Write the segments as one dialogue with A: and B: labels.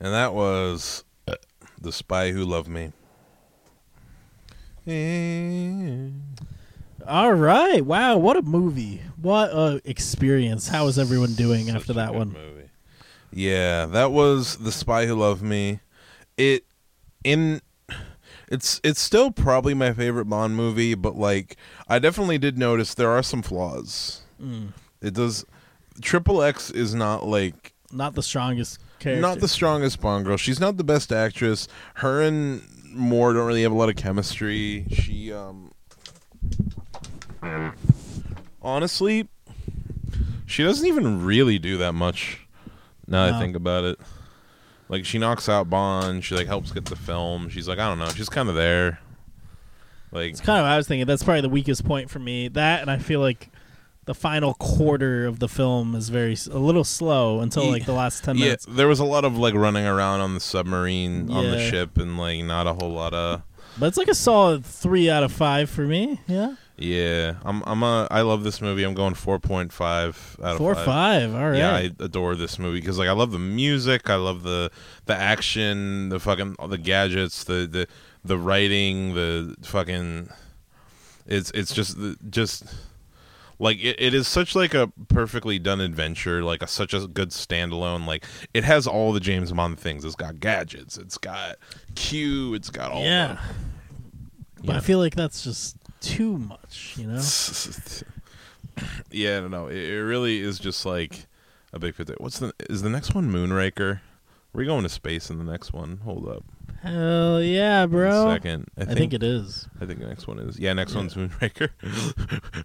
A: And that was uh, The Spy Who Loved Me.
B: All right. Wow. What a movie. What a experience. How is everyone doing after
A: Such a
B: that
A: good
B: one?
A: movie. Yeah, that was The Spy Who Loved Me. It in it's it's still probably my favorite Bond movie, but like I definitely did notice there are some flaws.
B: Mm.
A: It does Triple X is not like
B: Not the strongest character.
A: Not the strongest Bond girl. She's not the best actress. Her and Moore don't really have a lot of chemistry. She, um, honestly, she doesn't even really do that much. Now I
B: No.
A: think about it, like she knocks out Bond. She like helps get the film. She's like I don't know. She's kind of there. Like
B: It's kind of what I was thinking. That's probably the weakest point for me. That and I feel like the final quarter of the film is very s- a little slow until
A: Ye-
B: like the last ten
A: yeah,
B: minutes.
A: there was a lot of like running around on the submarine on the
B: Yeah.
A: ship and like not a whole lot of.
B: But it's like a solid three out of five for me. Yeah,
A: Yeah, I'm. I'm a. I love this movie. I'm going four point five out of
B: four
A: five.
B: five. All right.
A: Yeah, I adore this movie because like I love the music, I love the the action, the fucking all the gadgets, the the the writing, the fucking. It's it's just the- just like it, it is such like a perfectly done adventure like a, such a good standalone like it has all the james bond things it's got gadgets it's got q it's got all
B: yeah. But
A: Yeah.
B: I feel like that's just too much. You know.
A: yeah, I don't know. It, it really is just like a big fit. What's the is the next one Moonraker? We're going to space in the next one. Hold up,
B: Hell yeah, bro.
A: One second. I
B: I
A: think,
B: think, it is.
A: I think the next one is yeah. Next one's Moonraker.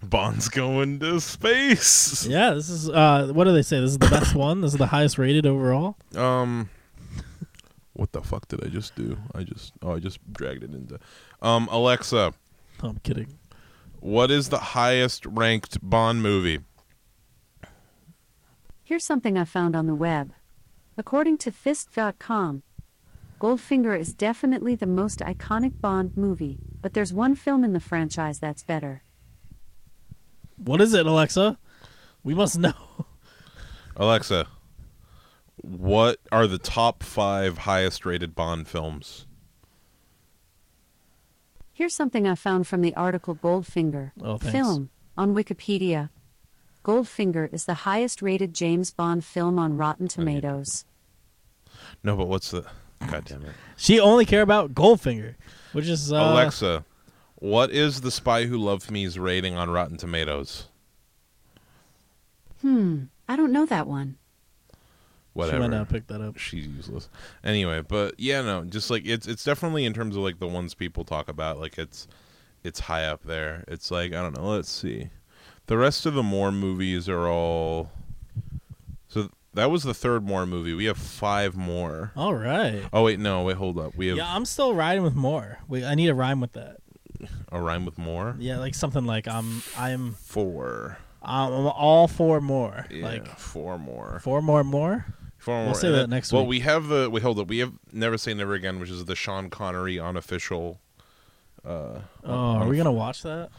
A: Bond's going to space.
B: Yeah, this is. Uh, what do they say? This is the best one. This is the highest rated overall.
A: Um, what the fuck did I just do? I just oh I just dragged it into. Um, Alexa,
B: No, I'm kidding.
A: what is the highest ranked Bond movie?
C: Here's something I found on the web. According to Fist.com, Goldfinger is definitely the most iconic Bond movie, but there's one film in the franchise that's better.
B: What is it, Alexa? We must know.
A: Alexa, what are the top five highest rated Bond films?
C: Here's something I found from the article Goldfinger
B: Oh, thanks.
C: Film on Wikipedia. Goldfinger is the highest rated James Bond film on
B: Oh,
C: Rotten Tomatoes.
A: No, but what's the. God damn it.
B: She only care about Goldfinger, which is uh,
A: Alexa, what is The Spy Who Loved Me's rating on Rotten Tomatoes?
C: Hmm, I don't know that one.
A: Whatever.
B: She might not pick that up.
A: She's useless. Anyway, but yeah, no, just like it's it's definitely in terms of like the ones people talk about, like it's it's high up there. It's like I don't know. Let's see. The rest of the Moore movies are all. So that was the third Moore movie. We have five more.
B: All right.
A: Oh wait, no, wait, hold up. We have
B: Yeah, I'm still riding with more. Wait, I need a rhyme with that.
A: a rhyme with more.
B: Yeah, like something like I'm I'm
A: Four.
B: I'm all for more.
A: Yeah,
B: Like
A: four more.
B: four more more.
A: Four more.
B: say
A: And
B: that
A: then-
B: next
A: Well, we
B: week.
A: have the we hold up. We have Never Say Never Again, which is the Sean Connery unofficial.
B: Oh, are we gonna watch that?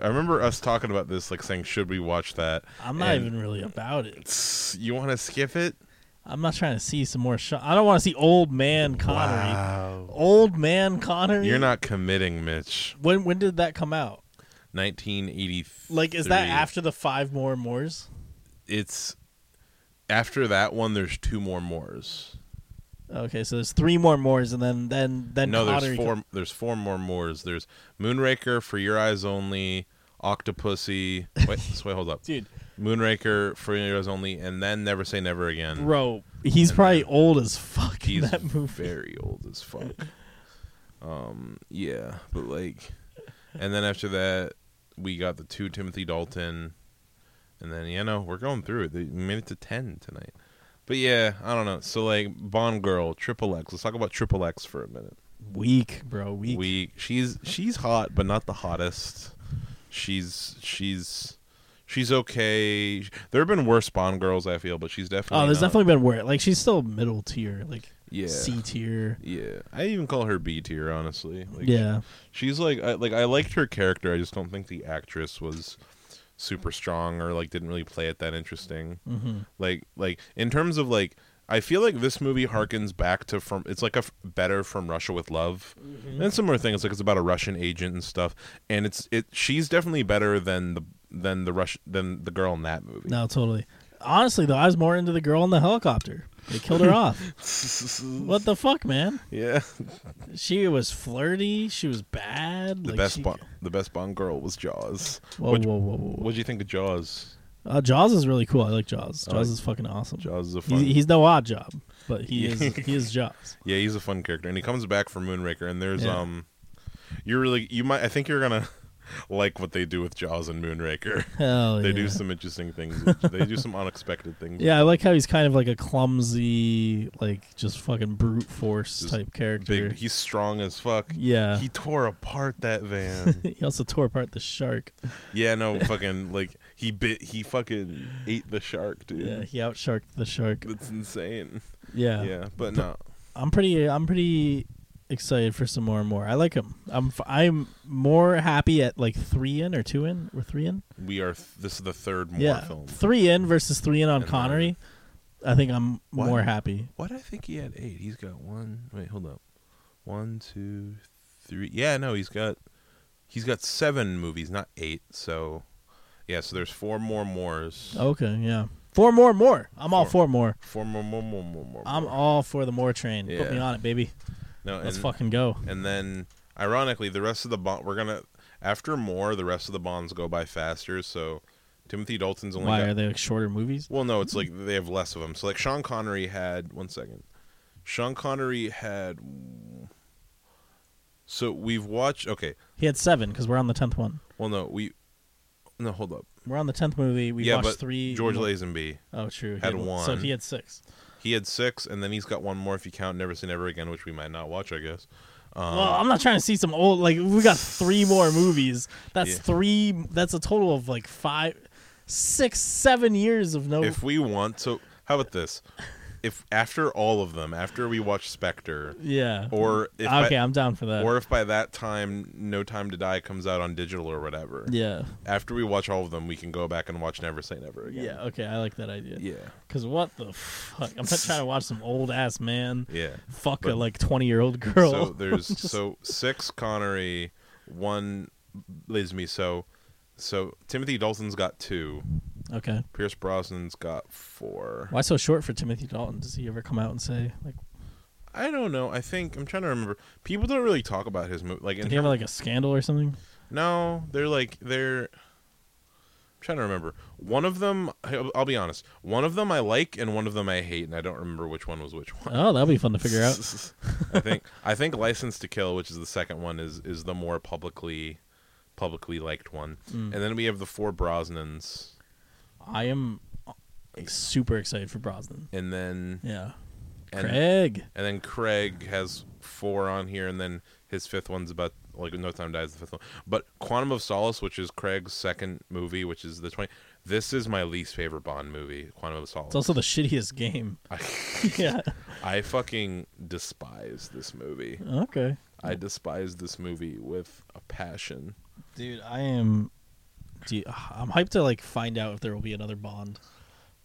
A: I remember us talking about this, like saying, "Should we watch that?"
B: I'm not
A: And-
B: even really about it.
A: You want to skip it?
B: I'm not trying to see some more. Sh- I don't want to see old man Connery. Old man Connery.
A: You're not committing, Mitch.
B: When when did that come out?
A: 1980.
B: Like, is that after the five more mores?
A: It's after that one. There's two more mores.
B: Okay, so there's three more mores, and then then then
A: no,
B: Connery.
A: there's
B: co-
A: four. There's four more mores. There's Moonraker for your eyes only. Octopussy. Wait, so wait, hold up.
B: Dude,
A: Moonraker for your eyes only, and then Never Say Never Again.
B: bro, he's probably old as fuck in
A: He's
B: that movie.
A: very old as fuck. um, yeah, but like, and then after that, we got the two Timothy Dalton, and then you know we're going through it. They made it to ten tonight. But yeah, I don't know. So like Bond Girl, Triple X. Let's talk about Triple X for a minute.
B: Weak, bro. Weak.
A: We she's she's hot, but not the hottest. She's she's she's okay. There have been worse Bond girls, I feel, but she's definitely.
B: Oh, there's
A: not-
B: definitely been where like she's still middle tier, like
A: Yeah.
B: C tier.
A: Yeah, I even call her B tier, honestly. Like,
B: Yeah,
A: She's like I, like I liked her character. I just don't think the actress was
B: Mm-hmm.
A: super strong or like didn't really play it that interesting. Like like in terms of like I feel like this movie harkens back to from it's like a f- better from Russia with Love,
B: Mm-hmm.
A: and similar thing. It's like it's about a Russian agent and stuff, and it's it. She's definitely better than the than the Rush than the girl in that movie.
B: No, totally. Honestly, though, I was more into the girl in the helicopter. They killed her off. What the fuck, man?
A: yeah,
B: She was flirty. She was bad.
A: the
B: like,
A: best
B: she-
A: Bond the best Bond girl was Jaws.
B: Whoa,
A: What'd-
B: whoa, whoa, whoa, whoa.
A: What do you think of Jaws?
B: Uh, Jaws is really cool. I like Jaws. Jaws
A: I like-
B: is fucking awesome.
A: Jaws is a
B: He's,
A: fun.
B: he's no odd job, but he is he is Jaws.
A: yeah, he's a fun character, and he comes back for Moonraker. And there's
B: Yeah.
A: um, you're really you might I think you're gonna like what they do with Jaws and Moonraker.
B: Hell
A: they
B: yeah.
A: do some interesting things. with- they do some unexpected things.
B: Yeah, I like how he's kind of like a clumsy, like just fucking brute force
A: Just
B: type character.
A: Big. He's strong as fuck.
B: yeah.
A: He
B: He,
A: tore apart that van.
B: also tore apart the shark.
A: yeah, no fucking like he bit. He fucking ate the shark, dude.
B: Yeah, he outsharked the shark.
A: That's insane.
B: Yeah.
A: Yeah, but no.
B: I'm pretty I'm pretty excited for some more and more. I like him. I'm f- I'm more happy at like 3 in or 2 in or 3 in.
A: We are. Th- this is the third more
B: yeah.
A: film.
B: 3 in versus 3 in on
A: And
B: Connery. I think I'm
A: What?
B: more happy.
A: Why did I think he had eight? He's got one. Wait, hold up. One, two, three. Yeah, no, he's got he's got seven movies, not eight. So, yeah, so there's four more mores.
B: Okay, yeah. Four more more. I'm all
A: Four.
B: for more.
A: Four more, more, more, more, more.
B: I'm
A: more.
B: all for the more train. Put me
A: Yeah.
B: on it, baby.
A: no,
B: Let's
A: and,
B: fucking go.
A: And then, ironically, the rest of the bond we're gonna after more, the rest of the bonds go by faster. So, Timothy Dalton's only
B: Why
A: got
B: are they like shorter movies?
A: Well, no, it's like they have less of them. So like Sean Connery had one second. Sean Connery had. So we've watched. Okay,
B: He had seven because we're on the tenth one.
A: well, no, we. No, hold up.
B: We're on the tenth movie. We
A: yeah,
B: watched
A: but
B: three.
A: George Lazenby.
B: Oh, true. He
A: had
B: So
A: one.
B: he had six.
A: He had six, and then he's got one more if you count Never Seen Ever Again, which we might not watch, I guess. Um,
B: well, I'm not trying to see some old like we got three more movies. That's
A: Yeah.
B: three. That's a total of like five, six, seven years of no.
A: if we want to. How about this? If after all of them, after we watch Spectre,
B: yeah.
A: or if by-
B: okay, I'm down for that.
A: or if by that time No Time to Die comes out on digital or whatever,
B: yeah.
A: after we watch all of them, we can go back and watch Never Say Never Again.
B: Yeah. Okay, I like that idea.
A: Yeah.
B: Cause what the fuck? I'm not trying to watch some old ass man
A: Yeah.
B: fuck a
A: But-
B: like 20 year old girl.
A: So there's so six Connery, one Lazenby. So so Timothy Dalton's got two.
B: okay.
A: Pierce Brosnan's got four.
B: Why so short for Timothy Dalton? Does he ever come out and say like?
A: I don't know. I think I'm trying to remember. People don't really talk about his movie. Like, in
B: Did he have like a scandal or something?
A: no, they're like they're. I'm trying to remember. One of them, I'll I'll be honest. One of them I like, and one of them I hate, and I don't remember which one was which one.
B: Oh, that'll be fun to figure out.
A: I think I think License to Kill, which is the second one, is is the more publicly publicly liked one.
B: Mm.
A: And then we have the four Brosnans,
B: I am super excited for Brosnan.
A: and then
B: Yeah,
A: and,
B: Craig.
A: and then Craig has four on here, and then his fifth one's about like No Time Dies the fifth one. But Quantum of Solace, which is Craig's second movie, which is the twenty. This is my least favorite Bond movie, Quantum of Solace.
B: It's also the shittiest game.
A: I,
B: yeah.
A: I fucking despise this movie.
B: Okay.
A: I despise this movie with a passion.
B: Dude, I am. Dude, I'm hyped to like find out if there will be another Bond,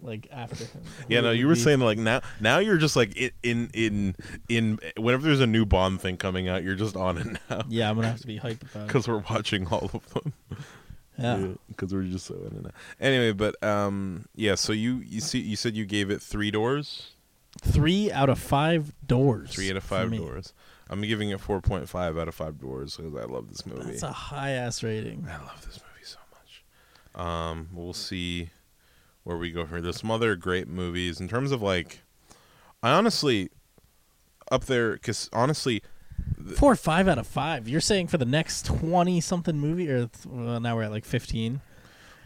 B: like after him.
A: Yeah,
B: Who
A: no,
B: would
A: you were
B: be-
A: saying like now, now you're just like i- in in in whenever there's a new Bond thing coming out, you're just on it now
B: Yeah, I'm gonna have to be hyped about it.
A: because we're watching all of them.
B: Yeah.
A: because we're just so in and out. Anyway, but um, yeah. So you you see, you said you gave it three doors,
B: Three out of five doors.
A: three out of
B: for
A: five
B: me.
A: doors. I'm giving it four point five out of five doors because I love this movie.
B: That's a
A: I
B: high ass rating.
A: love this movie so much. Um, we'll see where we go from here. There's some other great movies in terms of like, I honestly up there because honestly.
B: Four or five out of five. You're saying for the next twenty something movie, or th- well, now we're at like fifteen.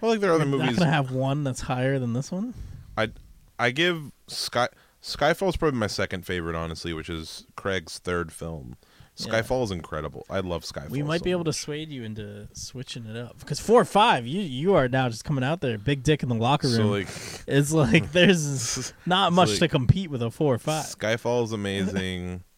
A: Well, like there are other
B: We're
A: movies.
B: Not gonna have one that's higher than this one.
A: I I give Sky Skyfall's probably my second favorite, honestly, which is Craig's third film.
B: Yeah.
A: Skyfall is incredible. I love Skyfall.
B: We might
A: so
B: be able to
A: much.
B: sway you into switching it up because four or five, you you are now just coming out there, big dick in the locker room.
A: So like,
B: it's like there's not
A: It's
B: much
A: like-
B: to compete with a four or five.
A: Skyfall is amazing.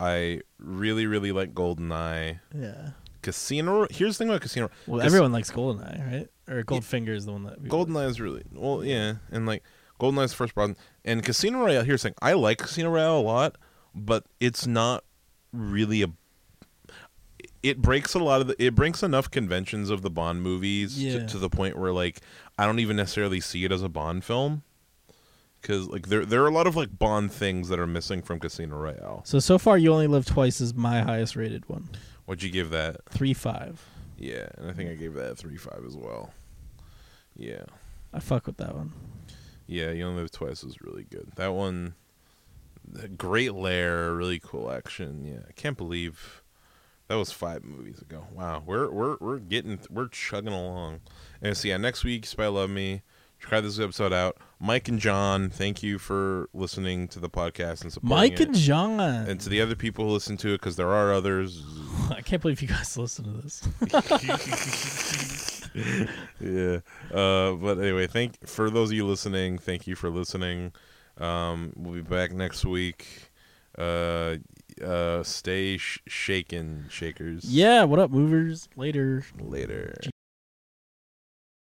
A: I really really like Goldeneye.
B: Yeah.
A: Casino. Here's the thing about Casino.
B: Well,
A: Cas-
B: everyone likes Goldeneye, right? Or Goldfinger is the one that. we-
A: Goldeneye is really well, yeah, and like GoldenEye's the first Brosnan, and Casino Royale. Here's the thing: I like Casino Royale a lot, but it's not really a. It breaks a lot of the. It breaks enough conventions of the Bond movies
B: Yeah.
A: to, to the point where like I don't even necessarily see it as a Bond film. Because like there there are a lot of like Bond things that are missing from Casino Royale.
B: So so far, you only live twice is my highest rated one,
A: What'd you give that?
B: three five.
A: Yeah, and I think I gave that a three five as well. Yeah.
B: I fuck with that one.
A: Yeah, You Only Live Twice is really good. That one, the Great Lair, really cool action. Yeah, I can't believe that was five movies ago. Wow, we're we're we're getting we're chugging along. And so yeah, next week, Spy Love Me. Try this episode out. Mike and John, thank you for listening to the podcast and supporting
B: Mike
A: it.
B: and John.
A: and to the other people who listen to it because there are others.
B: I can't believe you guys listen to this.
A: yeah. Uh, but anyway, thank for those of you listening. Thank you for listening. Um, we'll be back next week. Uh, uh, stay sh- shaken, shakers.
B: yeah. What up, movers? Later.
A: Later.